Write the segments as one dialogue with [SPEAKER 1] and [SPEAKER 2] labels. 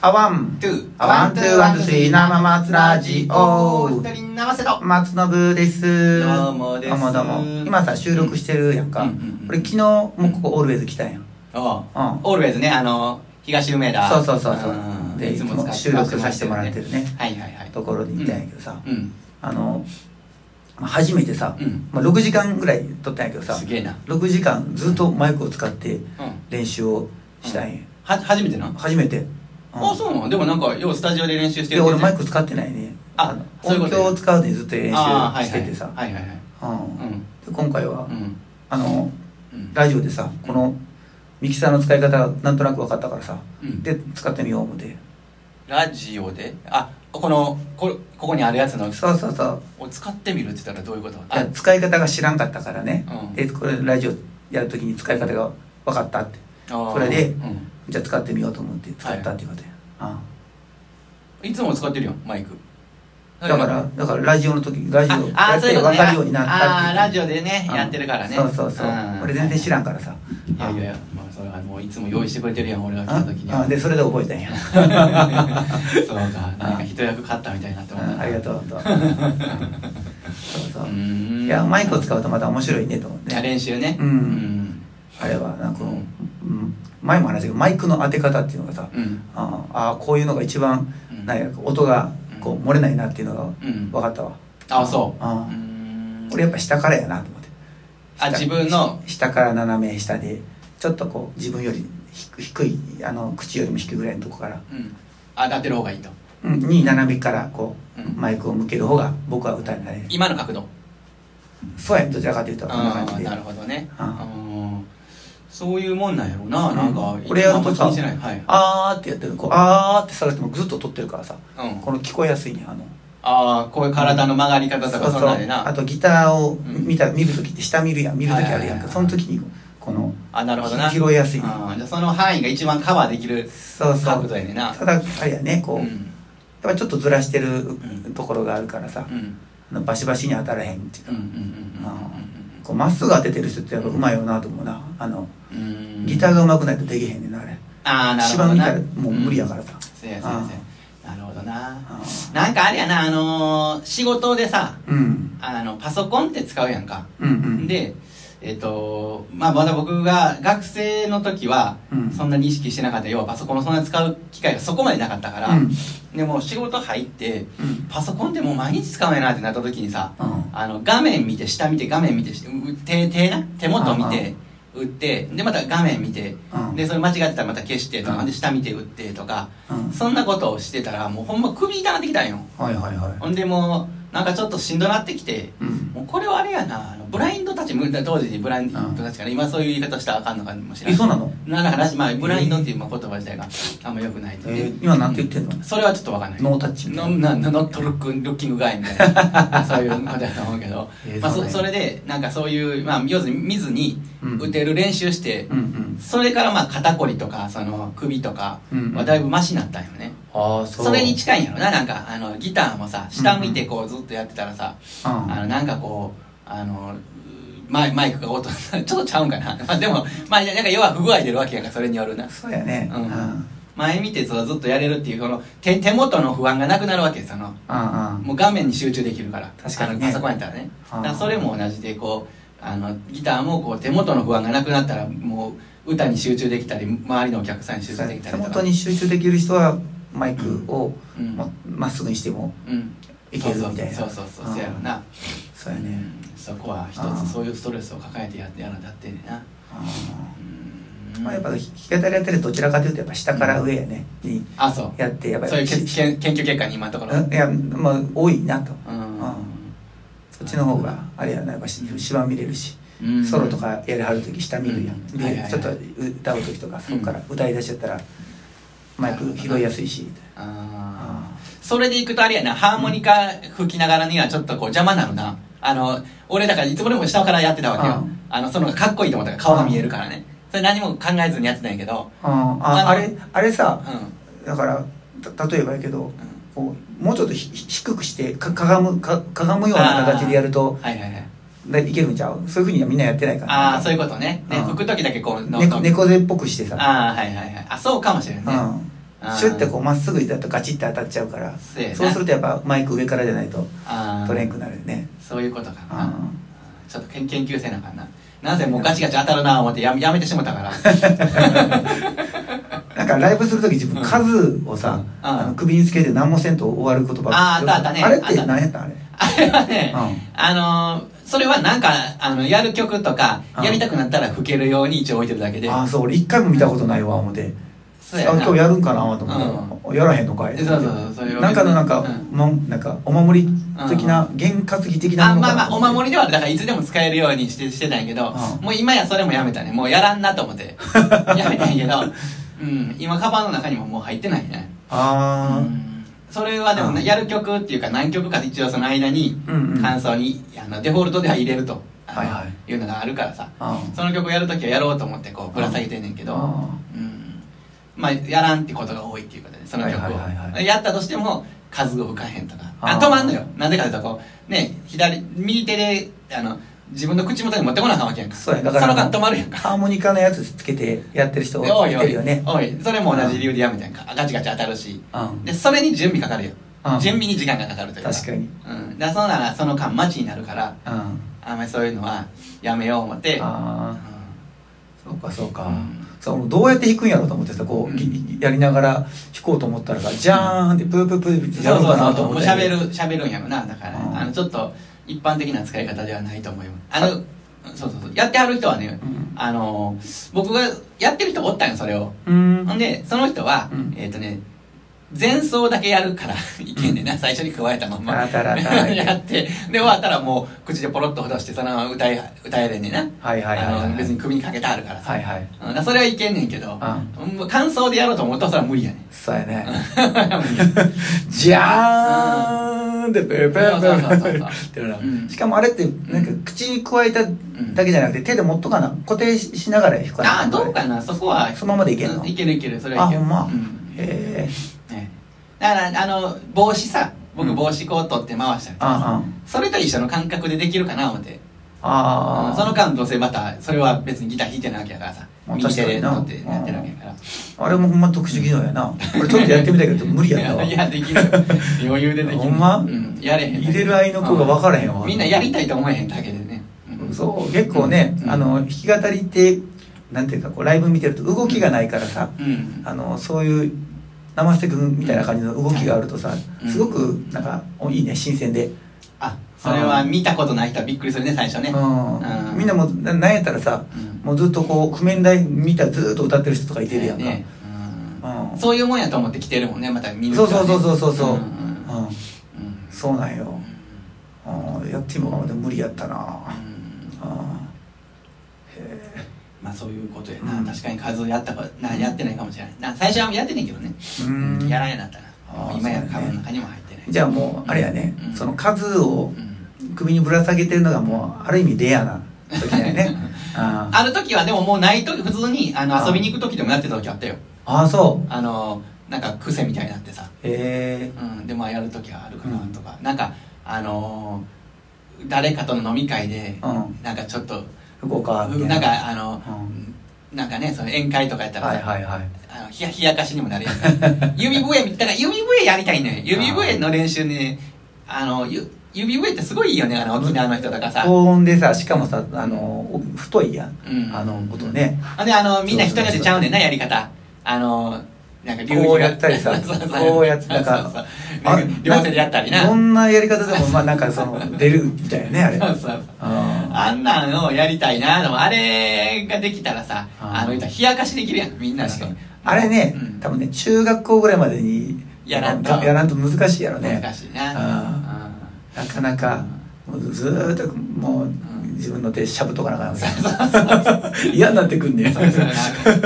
[SPEAKER 1] アワン、
[SPEAKER 2] トゥ
[SPEAKER 1] アワン、ツー、ワン、ツー、スリー、生松ラジオ。
[SPEAKER 2] 一人生瀬戸
[SPEAKER 1] 松信です。
[SPEAKER 2] どうもです
[SPEAKER 1] どうもどうも。今さ、収録してるやんか。
[SPEAKER 2] うんうんうん
[SPEAKER 1] 俺昨日、もうここオールウェイズ来たんやん。
[SPEAKER 2] おう
[SPEAKER 1] うん
[SPEAKER 2] オールウェイズねあの東梅田
[SPEAKER 1] そうそうそうそうんで
[SPEAKER 2] いつも使って
[SPEAKER 1] 収録させてもらってるね
[SPEAKER 2] はいはいはい
[SPEAKER 1] ところに行ったんやけどさ、
[SPEAKER 2] うん
[SPEAKER 1] あの、まあ初めてさ、
[SPEAKER 2] うん
[SPEAKER 1] まあ、6時間ぐらい撮ったんやけどさ、
[SPEAKER 2] すげえな
[SPEAKER 1] 6時間ずっとマイクを使って
[SPEAKER 2] うん
[SPEAKER 1] 練習をしたんや。
[SPEAKER 2] は初めてな
[SPEAKER 1] 初めて。
[SPEAKER 2] あそうなのでもなんかようスタジオで練習して
[SPEAKER 1] で、
[SPEAKER 2] る
[SPEAKER 1] 俺マイ
[SPEAKER 2] ク
[SPEAKER 1] ク使ってないね。
[SPEAKER 2] あ
[SPEAKER 1] の
[SPEAKER 2] そういうこ
[SPEAKER 1] 音
[SPEAKER 2] とね
[SPEAKER 1] 響を使うのにずっと練習しててさ。
[SPEAKER 2] はいはいはい
[SPEAKER 1] うん
[SPEAKER 2] うん
[SPEAKER 1] で今回は、
[SPEAKER 2] うん
[SPEAKER 1] あの
[SPEAKER 2] うん
[SPEAKER 1] ラジオでさこのミキサーの使い方がなんとなく分かったからさ、
[SPEAKER 2] うん
[SPEAKER 1] で使ってみよう思って
[SPEAKER 2] ラジオであこのこここにあるやつの
[SPEAKER 1] そうそうそう
[SPEAKER 2] を使ってみるって言ったらどういうこと
[SPEAKER 1] いや使い方が知らんかったからね、
[SPEAKER 2] うん
[SPEAKER 1] でこれラジオやるときに使い方が分かったって
[SPEAKER 2] そ
[SPEAKER 1] それで
[SPEAKER 2] うん
[SPEAKER 1] じゃあ使ってみようと思って使ったっていうことや、
[SPEAKER 2] いつも使ってるよマイク
[SPEAKER 1] うんだからだからラジオの時ラジオ
[SPEAKER 2] あ
[SPEAKER 1] や
[SPEAKER 2] あ
[SPEAKER 1] っ
[SPEAKER 2] そうい
[SPEAKER 1] て
[SPEAKER 2] うことね
[SPEAKER 1] 分かるようになった
[SPEAKER 2] あー
[SPEAKER 1] っ
[SPEAKER 2] ラ
[SPEAKER 1] て
[SPEAKER 2] ジ
[SPEAKER 1] いう
[SPEAKER 2] オでね
[SPEAKER 1] うん
[SPEAKER 2] やってるからね
[SPEAKER 1] そうそうそう、
[SPEAKER 2] ん
[SPEAKER 1] 俺全然知らんからさ
[SPEAKER 2] いやいやいやまあそれはもういつも用意してくれてるやん俺が来た時に
[SPEAKER 1] あ
[SPEAKER 2] は
[SPEAKER 1] あ でそれで覚えたんや
[SPEAKER 2] そうかなんか一役買ったみたいになって思っ
[SPEAKER 1] うん
[SPEAKER 2] た
[SPEAKER 1] ありが
[SPEAKER 2] う
[SPEAKER 1] とう 本当そうそう
[SPEAKER 2] ー
[SPEAKER 1] うんいやマイクを使うとまた面白いねと思っ
[SPEAKER 2] いや
[SPEAKER 1] て
[SPEAKER 2] 練習ね
[SPEAKER 1] うん
[SPEAKER 2] うん
[SPEAKER 1] あれはなんかこの、
[SPEAKER 2] う
[SPEAKER 1] うんん、前も話したけどマイクの当て方っていうのがさ、
[SPEAKER 2] うん
[SPEAKER 1] あーあーこういうのが一番、
[SPEAKER 2] うん
[SPEAKER 1] なんや音がこう
[SPEAKER 2] うん
[SPEAKER 1] 漏れないなっていうのが
[SPEAKER 2] うん
[SPEAKER 1] 分かったわ、
[SPEAKER 2] あそう
[SPEAKER 1] あー
[SPEAKER 2] うん
[SPEAKER 1] 俺やっぱ下からやなと思って
[SPEAKER 2] あ自分の
[SPEAKER 1] 下から斜め下でちょっとこう自分より低低いあの口よりも低いぐらいのとこから、
[SPEAKER 2] うんあ当てる方がいいと
[SPEAKER 1] うん、に斜めからこう、
[SPEAKER 2] うん
[SPEAKER 1] マイクを向ける方が僕は歌になれる
[SPEAKER 2] 今の角度
[SPEAKER 1] そうやんどちらかというとこんな感
[SPEAKER 2] あ
[SPEAKER 1] じ
[SPEAKER 2] あ
[SPEAKER 1] で
[SPEAKER 2] なるほどね
[SPEAKER 1] うん
[SPEAKER 2] うんそういうもんなんやろうななんか
[SPEAKER 1] これやると
[SPEAKER 2] あん
[SPEAKER 1] さ
[SPEAKER 2] ま気にしてないはい
[SPEAKER 1] あーってやってるこうあーって下がってもずっと撮ってるからさ
[SPEAKER 2] うん
[SPEAKER 1] この聞こえやすいねあの
[SPEAKER 2] ああこういう体の曲がり方と
[SPEAKER 1] そう
[SPEAKER 2] かそんなんでな
[SPEAKER 1] あとギターを
[SPEAKER 2] ん
[SPEAKER 1] 見た、見る時って下見るやん見る時あるやん
[SPEAKER 2] はいはいはい
[SPEAKER 1] か
[SPEAKER 2] はい
[SPEAKER 1] その時にこの
[SPEAKER 2] あなるほどな
[SPEAKER 1] 拾いやすいね
[SPEAKER 2] あーじゃあその範囲が一番カバーできる
[SPEAKER 1] そうそ
[SPEAKER 2] 角
[SPEAKER 1] う
[SPEAKER 2] 度やねんな
[SPEAKER 1] ただあれやねこう、
[SPEAKER 2] う
[SPEAKER 1] やっぱ
[SPEAKER 2] ん
[SPEAKER 1] ちょっとずらしてる
[SPEAKER 2] ん
[SPEAKER 1] ところがあるからさ
[SPEAKER 2] う、ん
[SPEAKER 1] あのバシバシに当たらへんっていう
[SPEAKER 2] う
[SPEAKER 1] か
[SPEAKER 2] んうん
[SPEAKER 1] こうまっすぐ当ててる人ってやっぱうまいよなと思うなあの
[SPEAKER 2] うんうんうん
[SPEAKER 1] ギターがうまくないとできへんねんなあれ
[SPEAKER 2] ああなる
[SPEAKER 1] 一
[SPEAKER 2] ほど
[SPEAKER 1] 番見
[SPEAKER 2] な
[SPEAKER 1] たらもう無理やからさ、
[SPEAKER 2] せやせやせや
[SPEAKER 1] あ
[SPEAKER 2] なるほどな
[SPEAKER 1] あー
[SPEAKER 2] なんかあれやなあのー仕事でさ
[SPEAKER 1] うん
[SPEAKER 2] あのパソコンって使うやんか
[SPEAKER 1] うんうん
[SPEAKER 2] でえっとまあまだ僕が学生の時は
[SPEAKER 1] うん
[SPEAKER 2] そんなに意識してなかった要はパソコンをそんな使う機会がそこまでなかったから
[SPEAKER 1] うん
[SPEAKER 2] でも仕事入って
[SPEAKER 1] うん
[SPEAKER 2] パソコンってもう毎日使わないなってなった時にさ
[SPEAKER 1] うん
[SPEAKER 2] あの画面見て下見て画面見てしう手手な手元見て打ってでまた画面見て
[SPEAKER 1] うん
[SPEAKER 2] でそれ間違ってたらまた消してと
[SPEAKER 1] う
[SPEAKER 2] か
[SPEAKER 1] ん
[SPEAKER 2] で下見て打ってとか
[SPEAKER 1] うん
[SPEAKER 2] そんなことをしてたらもうほんま首痛なってきたんよ
[SPEAKER 1] はいはいは
[SPEAKER 2] ほんでもうなんかちょっとしんどなってきて
[SPEAKER 1] いうん
[SPEAKER 2] もうこれはあれやなあのブラインドたちむ当時にブラインドたちから今そういう言い方したらあかんのかもしれ
[SPEAKER 1] え
[SPEAKER 2] ない
[SPEAKER 1] そうなの、
[SPEAKER 2] なんか話まあブラインドっていうまあ言葉自体があんま良くない
[SPEAKER 1] え
[SPEAKER 2] とね
[SPEAKER 1] ー、今なんて言ってんの、
[SPEAKER 2] それはちょっとわかんない
[SPEAKER 1] ノータッチみた
[SPEAKER 2] ノ
[SPEAKER 1] いな
[SPEAKER 2] ななノットルックルッキングガイみたい なそういうことだと思うけど、
[SPEAKER 1] えー
[SPEAKER 2] まあ、
[SPEAKER 1] そう
[SPEAKER 2] そ
[SPEAKER 1] ね
[SPEAKER 2] それでなんかそういう、まあ、要するに見ずに
[SPEAKER 1] うん
[SPEAKER 2] 打てる練習して、
[SPEAKER 1] うんうん
[SPEAKER 2] それからまあ肩こりとかその首とか
[SPEAKER 1] うん
[SPEAKER 2] はだいぶマシになったんよね、
[SPEAKER 1] ああそ
[SPEAKER 2] それに近いんやろななんかあのギターもさ下向いてこうずっとやってたらさ、あのなんかこうあのマイマイクが音 ちょっとちゃうんかな、まあ、でもまあなんか要は不具合出るわけやからそれによるな
[SPEAKER 1] そうやね
[SPEAKER 2] う
[SPEAKER 1] うんんうんうん
[SPEAKER 2] 前見てそうずっとやれるっていうこの手手元の不安がなくなるわけそのもう画面に集中できるから
[SPEAKER 1] 確かにね
[SPEAKER 2] あのパソコンやったらね
[SPEAKER 1] あ
[SPEAKER 2] だ
[SPEAKER 1] ー
[SPEAKER 2] からそれも同じでこうあのギターもこう手元の不安がなくなったらもう歌に集中できたり周りのお客さんに集中できた
[SPEAKER 1] 手
[SPEAKER 2] りと
[SPEAKER 1] 元
[SPEAKER 2] か
[SPEAKER 1] に集中できる人はマイクを
[SPEAKER 2] うん
[SPEAKER 1] ままっすぐにしても
[SPEAKER 2] うん
[SPEAKER 1] いけるみたいな
[SPEAKER 2] そうそうそうそうそうやろな
[SPEAKER 1] そうやね
[SPEAKER 2] そこは一
[SPEAKER 1] あー
[SPEAKER 2] つそういうストレスを抱えてやってやらなだってんねんな
[SPEAKER 1] あ
[SPEAKER 2] う
[SPEAKER 1] ー
[SPEAKER 2] ん
[SPEAKER 1] まあやっぱ弾き語りやってるとどちらかというとやっぱ下から上やねに
[SPEAKER 2] あそう
[SPEAKER 1] やってやっぱ
[SPEAKER 2] そうい
[SPEAKER 1] り
[SPEAKER 2] うけ
[SPEAKER 1] し
[SPEAKER 2] けん研究結果に今のところ
[SPEAKER 1] うんいやまあ多いなと
[SPEAKER 2] うん
[SPEAKER 1] そっちの方があれやなやっぱし芝見れるし
[SPEAKER 2] うん
[SPEAKER 1] ソロとかやりはる時下見るやん
[SPEAKER 2] うんはいはいは
[SPEAKER 1] で
[SPEAKER 2] い
[SPEAKER 1] ちょっと歌う時とかそこから歌い出しちゃったらマイク拾いやすいし
[SPEAKER 2] あ
[SPEAKER 1] あ
[SPEAKER 2] ーそれでいくとあれやなハーモニカ吹きながらにはちょっとこう邪魔なのなあの俺だからいつもでも下からやってたわけよ
[SPEAKER 1] うん
[SPEAKER 2] あのその方がかっこいいと思ったから顔が見えるからねそれ何も考えずにやってたんやけど
[SPEAKER 1] ーあーあれあれさ
[SPEAKER 2] うん
[SPEAKER 1] だからた例えばやけどこうもうちょっとひひ低くしてかかがむかかがむような形でやると
[SPEAKER 2] はいはいはい
[SPEAKER 1] だいけるんちゃうそういうふうにはみんなやってないから
[SPEAKER 2] ああーそういうことねね
[SPEAKER 1] うん
[SPEAKER 2] 吹く時だけこう
[SPEAKER 1] 猫猫背っぽくしてさ
[SPEAKER 2] ああーはいはいはいあそうかもしれんね
[SPEAKER 1] うん
[SPEAKER 2] あー
[SPEAKER 1] シュッてこうまっすぐいたとガチって当たっちゃうから
[SPEAKER 2] そうやな
[SPEAKER 1] そうするとやっぱマイク上からじゃないと
[SPEAKER 2] あー
[SPEAKER 1] 取れんくなるよね
[SPEAKER 2] そういうことか
[SPEAKER 1] う
[SPEAKER 2] な、
[SPEAKER 1] ん
[SPEAKER 2] ちょっと研研究せなあかんななぜもうガチガチ当たるな思ってやめやめてしも たから
[SPEAKER 1] なんかライブするとき自
[SPEAKER 2] う
[SPEAKER 1] 分
[SPEAKER 2] ん
[SPEAKER 1] 数をさ、
[SPEAKER 2] うん
[SPEAKER 1] あの首につけて何もせんと終わることばっ
[SPEAKER 2] あーあったあったね
[SPEAKER 1] あれっ
[SPEAKER 2] あってた
[SPEAKER 1] 何やったんあれ
[SPEAKER 2] あれはね、
[SPEAKER 1] う
[SPEAKER 2] あのーそれはなんかあのやる曲とか
[SPEAKER 1] うん
[SPEAKER 2] やりたくなったら吹けるように一応置いてるだけで
[SPEAKER 1] ああそう俺一回も見たことないわ思って
[SPEAKER 2] そう
[SPEAKER 1] あ
[SPEAKER 2] やな
[SPEAKER 1] 今日やるんかなと思って、やらへんのかい
[SPEAKER 2] そうそうそうそれは
[SPEAKER 1] なんかのなんか、
[SPEAKER 2] う
[SPEAKER 1] もんなんかお守り的な験担ぎ的な
[SPEAKER 2] あ
[SPEAKER 1] もの
[SPEAKER 2] まあ
[SPEAKER 1] かな
[SPEAKER 2] まあお守
[SPEAKER 1] り
[SPEAKER 2] りではだからいつでも使えるようにしてしてたんやけど、
[SPEAKER 1] うん
[SPEAKER 2] もう今やそれもやめたねもうやらんなと思って やめたんやけど、うん、今カバンの中にももう入ってないね、う
[SPEAKER 1] あ
[SPEAKER 2] ん、それはでもね、
[SPEAKER 1] うん
[SPEAKER 2] やる曲っていうか何曲か一応その間に
[SPEAKER 1] あうんうん
[SPEAKER 2] 感想にあのデフォルトでは入れると、あの、
[SPEAKER 1] はいはい
[SPEAKER 2] うのがあるからさ
[SPEAKER 1] あー
[SPEAKER 2] その曲をやるときはやろうと思ってこうぶら下げてんねんけど、
[SPEAKER 1] あ
[SPEAKER 2] うんまあやらんってことが多いっていうことでその曲を、
[SPEAKER 1] はいはいはいはい
[SPEAKER 2] やったとしても数を吹かへんとかあ
[SPEAKER 1] あー
[SPEAKER 2] 止まんのよなぜかというとこうね左右手であの自分の口元に持ってこなあかんわけやんか
[SPEAKER 1] そうやだから
[SPEAKER 2] の間止まるやんか
[SPEAKER 1] ハーモニカのやつつけてやってる人
[SPEAKER 2] でお
[SPEAKER 1] 多い
[SPEAKER 2] いお
[SPEAKER 1] る
[SPEAKER 2] い
[SPEAKER 1] よね
[SPEAKER 2] おいそれも同じ理由でやめたやんかガチガチ当たるし
[SPEAKER 1] うん
[SPEAKER 2] でそれに準備かかるよ
[SPEAKER 1] うん
[SPEAKER 2] 準備に時間がかかるというか
[SPEAKER 1] 確かに
[SPEAKER 2] うん、だからそうならその間待ちになるから
[SPEAKER 1] うん
[SPEAKER 2] あんまりそういうのはやめよう思って
[SPEAKER 1] ああそうかそうか、
[SPEAKER 2] うん
[SPEAKER 1] そうどうやって弾くんやろうと思ってさこう、
[SPEAKER 2] うん
[SPEAKER 1] ぎやりながら弾こうと思ったらさジャーンってプープープーってやろ
[SPEAKER 2] そう
[SPEAKER 1] う
[SPEAKER 2] そ
[SPEAKER 1] か
[SPEAKER 2] う
[SPEAKER 1] な
[SPEAKER 2] そ
[SPEAKER 1] と
[SPEAKER 2] うも
[SPEAKER 1] 思
[SPEAKER 2] う
[SPEAKER 1] って
[SPEAKER 2] 喋る喋るんやろなだから、
[SPEAKER 1] うん
[SPEAKER 2] あのちょっと一般的な使い方ではないと思いますあのそうそうそうやってはる人はね、
[SPEAKER 1] うん
[SPEAKER 2] あの僕がやってる人おったんよそれを
[SPEAKER 1] うん
[SPEAKER 2] ほんでその人は、
[SPEAKER 1] うん
[SPEAKER 2] えっ、とね前奏だけやるからいけんねんな最初に加えたまんま
[SPEAKER 1] あたらたら
[SPEAKER 2] やってで終わったらもう口でポロッとほどしてそのまま歌え歌えれんねんな、
[SPEAKER 1] はいはいはいは
[SPEAKER 2] あ
[SPEAKER 1] い
[SPEAKER 2] の別に首にかけてあるからさ、
[SPEAKER 1] はいはい
[SPEAKER 2] うんだからそれはいけんねんけど、もう感想でやろうと思ったらそれは無理やねん
[SPEAKER 1] そうやね
[SPEAKER 2] 無理や
[SPEAKER 1] ジャーンってペーペーペーペーペーってな
[SPEAKER 2] うん
[SPEAKER 1] しかもあれってなんか口に加えただけじゃなくて手で持っとかな固定ししながら弾くかな
[SPEAKER 2] ああどうかなそこは
[SPEAKER 1] そのままでいけんの
[SPEAKER 2] うんいけるいけるそれはいける
[SPEAKER 1] あほんま
[SPEAKER 2] うん
[SPEAKER 1] へえ
[SPEAKER 2] ねだからあの帽子さ
[SPEAKER 1] う
[SPEAKER 2] 僕
[SPEAKER 1] ん
[SPEAKER 2] 帽子こう取って回したりとかさ
[SPEAKER 1] あ
[SPEAKER 2] それと一緒の感覚でできるかな思って
[SPEAKER 1] ああ
[SPEAKER 2] うん
[SPEAKER 1] あ
[SPEAKER 2] その間どうせまたそれは別にギター弾いてないわけやからさ
[SPEAKER 1] まあ
[SPEAKER 2] 右手で
[SPEAKER 1] 確か
[SPEAKER 2] 取っ
[SPEAKER 1] にな
[SPEAKER 2] てやってるわけやから
[SPEAKER 1] あれもほんま特殊技能やな俺ちょっとやってみたけど無理やったわ
[SPEAKER 2] いやできるよ余裕でできる
[SPEAKER 1] ほんま
[SPEAKER 2] うんやれへん
[SPEAKER 1] 入れる合いの子が分からへんわ
[SPEAKER 2] うみんなやりたいと思えへんだけでねうん
[SPEAKER 1] そう結構ね、
[SPEAKER 2] うん
[SPEAKER 1] あの弾き語りってなんていうかこうライブ見てると動きがないからさ、
[SPEAKER 2] うん
[SPEAKER 1] あのそういう生瀬君みたいな感じの動きがあるとさ、
[SPEAKER 2] うん
[SPEAKER 1] すごくなんかおいいね新鮮で、
[SPEAKER 2] あそれは見たことない人はびっくりするね最初ね
[SPEAKER 1] うん
[SPEAKER 2] うん
[SPEAKER 1] みんなもうななんやったらさ
[SPEAKER 2] うん
[SPEAKER 1] もうずっとこう譜面台見たらずっと歌ってる人とかいてるやんか、
[SPEAKER 2] ね
[SPEAKER 1] う
[SPEAKER 2] うんん、そういうもんやと思って来てるもんねまた見る
[SPEAKER 1] そう
[SPEAKER 2] 人は
[SPEAKER 1] そう
[SPEAKER 2] ね
[SPEAKER 1] そうそうそうそう、
[SPEAKER 2] ん
[SPEAKER 1] うん
[SPEAKER 2] うんうんうん
[SPEAKER 1] そうなんよ、うんやってみようかなでも無理やったな、うん
[SPEAKER 2] まあそういうことやな、
[SPEAKER 1] うん
[SPEAKER 2] 確かに数をやったかなやってないかもしれないな最初はやってねんけどね、
[SPEAKER 1] うん
[SPEAKER 2] やらんやなったな
[SPEAKER 1] あー
[SPEAKER 2] 今や
[SPEAKER 1] そうだ
[SPEAKER 2] カ
[SPEAKER 1] ね
[SPEAKER 2] バンの中にも入ってない
[SPEAKER 1] じゃあもうあれやね、
[SPEAKER 2] うん
[SPEAKER 1] その数を、
[SPEAKER 2] うん
[SPEAKER 1] 首にぶら下げてるのがもうある意味レアな時だよねあー
[SPEAKER 2] ある時はでももうない時普通にあ
[SPEAKER 1] あ
[SPEAKER 2] の
[SPEAKER 1] ー
[SPEAKER 2] 遊びに行く時でもやってた時あったよ
[SPEAKER 1] あーそう
[SPEAKER 2] あのなんか癖みたいになってさ、
[SPEAKER 1] え
[SPEAKER 2] うん、でまあやる時はあるかなとか、なんかあのー誰かとの飲み会で、
[SPEAKER 1] うん
[SPEAKER 2] なんかちょっと
[SPEAKER 1] ー、福岡みたい
[SPEAKER 2] なんかあの、
[SPEAKER 1] うん
[SPEAKER 2] なんかねその宴会とかやったらさ、
[SPEAKER 1] はいはいはい
[SPEAKER 2] あのひやひやかしにもなるやんか 指笛だから指笛やりたいのよ指笛の練習ねあのゆ指笛ってすごいいいよねあの沖縄の人とかさ、
[SPEAKER 1] 高音でさしかもさあのお太いやん、
[SPEAKER 2] うん
[SPEAKER 1] あの音ね
[SPEAKER 2] ほんであのみんな人によってちゃうねんなやり方あのなんか
[SPEAKER 1] こうやったりさ
[SPEAKER 2] そうそう
[SPEAKER 1] こうやってなんか
[SPEAKER 2] そうそうなんか両手でやったりな
[SPEAKER 1] どんなやり方でもまあなんかその出るみたいよねあれ
[SPEAKER 2] そうそうそう
[SPEAKER 1] あ
[SPEAKER 2] あんなんをやりたいなでもあれができたらさ
[SPEAKER 1] あー
[SPEAKER 2] あの言ったら冷やかしできるやんみんな
[SPEAKER 1] ー
[SPEAKER 2] し
[SPEAKER 1] 確
[SPEAKER 2] て
[SPEAKER 1] かにあれね、
[SPEAKER 2] うん
[SPEAKER 1] 多分ね中学校ぐらいまでに
[SPEAKER 2] やらんと
[SPEAKER 1] やらんと難しいやろね
[SPEAKER 2] 難しいな
[SPEAKER 1] あ
[SPEAKER 2] うん
[SPEAKER 1] なかなかもうずーっともう自分の手しゃぶとかなあかん 嫌になってくんねん
[SPEAKER 2] そうですよね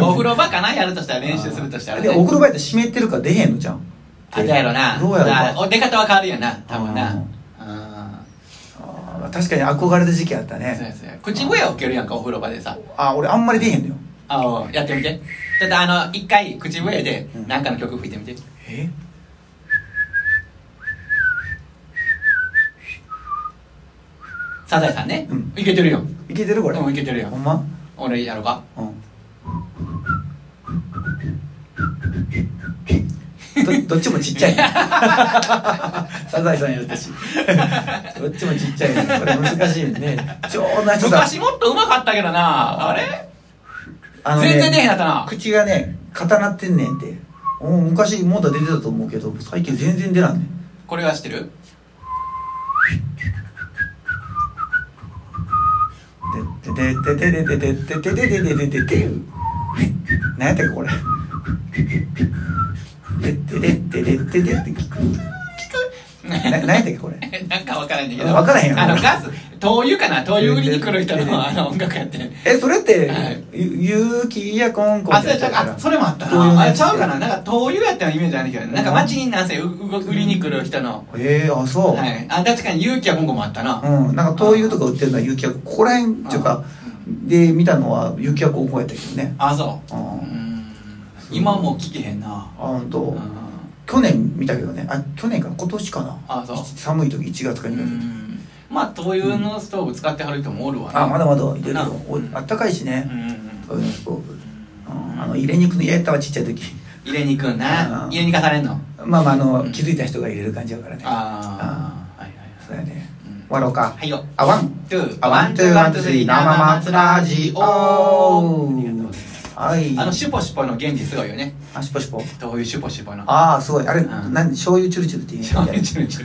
[SPEAKER 2] お風呂場かなやるとしたら練習するとしたら、ね、
[SPEAKER 1] でお風呂場やったら湿ってるから出へんのじゃん
[SPEAKER 2] あだやろな
[SPEAKER 1] どうやろう
[SPEAKER 2] だお出方は変わるよな多分な
[SPEAKER 1] う
[SPEAKER 2] うんん
[SPEAKER 1] あー確かに憧れた時期あった
[SPEAKER 2] そう
[SPEAKER 1] ね
[SPEAKER 2] ですね口笛を受けるやんかお風呂場でさ
[SPEAKER 1] あー俺あんまり出へんのよ
[SPEAKER 2] あおやってみてちょっとあの一回口笛で
[SPEAKER 1] うん
[SPEAKER 2] 何かの曲吹いてみて、
[SPEAKER 1] え
[SPEAKER 2] サザエさんね、
[SPEAKER 1] うん
[SPEAKER 2] いけてるよ
[SPEAKER 1] いけてるこれ
[SPEAKER 2] うんいけてるよ
[SPEAKER 1] ほんま
[SPEAKER 2] 俺やろうか
[SPEAKER 1] うんどどっちもちっちゃい、ね、サザエさんやったしどっちもちっちゃい、ね、これ難しいねちょうど人
[SPEAKER 2] 昔もっとうまかったけどなあれ
[SPEAKER 1] あ
[SPEAKER 2] 全然出へんやったな
[SPEAKER 1] 口がね固なってんねんってお昔もだ出てたと思うけど最近全然出らんねん
[SPEAKER 2] これは知ってる
[SPEAKER 1] ででででででででででででででで何やったっけこれでででででででって聞くな何やったっけこれ
[SPEAKER 2] なんかわからんねんけど
[SPEAKER 1] わからへんよ
[SPEAKER 2] あのガス灯油かな灯油売りに来る人のあの音楽やって
[SPEAKER 1] えそれって
[SPEAKER 2] はい
[SPEAKER 1] 「ゆ雪やコンコン」
[SPEAKER 2] あ
[SPEAKER 1] って
[SPEAKER 2] そ
[SPEAKER 1] や
[SPEAKER 2] れ
[SPEAKER 1] つやから
[SPEAKER 2] あそれもあった
[SPEAKER 1] 灯油の
[SPEAKER 2] なあ
[SPEAKER 1] や
[SPEAKER 2] れ
[SPEAKER 1] つ
[SPEAKER 2] ちゃうかななんか灯油やったようなイメージあるけどなんか街になんせうう売りに来る人の
[SPEAKER 1] えー、あそう、
[SPEAKER 2] はいあ確かに勇気は今後もあったな
[SPEAKER 1] うんなんか灯油とか売ってるのは雪やここら辺っていうかで見たのは雪やコンコンやったけどね
[SPEAKER 2] あそう
[SPEAKER 1] う
[SPEAKER 2] うんん今もう聞けへんな
[SPEAKER 1] あ本当、
[SPEAKER 2] うん
[SPEAKER 1] 去年見たけどねあ去年か今年かな
[SPEAKER 2] あそう
[SPEAKER 1] 寒い時1月か
[SPEAKER 2] う
[SPEAKER 1] 2月、
[SPEAKER 2] んまあ灯油のストーブ使ってはる人もおるわな
[SPEAKER 1] あまだまだ入れる
[SPEAKER 2] な
[SPEAKER 1] よおあったかいし
[SPEAKER 2] うん
[SPEAKER 1] ね、
[SPEAKER 2] うん
[SPEAKER 1] そういうのストーブ、うんあ
[SPEAKER 2] うん
[SPEAKER 1] の入れに行くの嫌やったわちっちゃい時
[SPEAKER 2] 入れに行くんな
[SPEAKER 1] うん
[SPEAKER 2] 入れに行かされんの
[SPEAKER 1] まあまああの、
[SPEAKER 2] うん
[SPEAKER 1] 気づいた人が入れる感じやからね
[SPEAKER 2] ああはいはいはい
[SPEAKER 1] そうやね
[SPEAKER 2] うん
[SPEAKER 1] 終わろうか
[SPEAKER 2] はいよ
[SPEAKER 1] あワン
[SPEAKER 2] トゥー
[SPEAKER 1] あワンツーワンツースリー生松ラジオ
[SPEAKER 2] ありがとうございます
[SPEAKER 1] はい
[SPEAKER 2] あのシュポシュポの原理すごいよね
[SPEAKER 1] あシュポシュポ
[SPEAKER 2] どういうシュポシュポの
[SPEAKER 1] ああすごいあれ、
[SPEAKER 2] うん
[SPEAKER 1] なん醤油チュルチュルって言うんやっけ
[SPEAKER 2] ちょちょちょ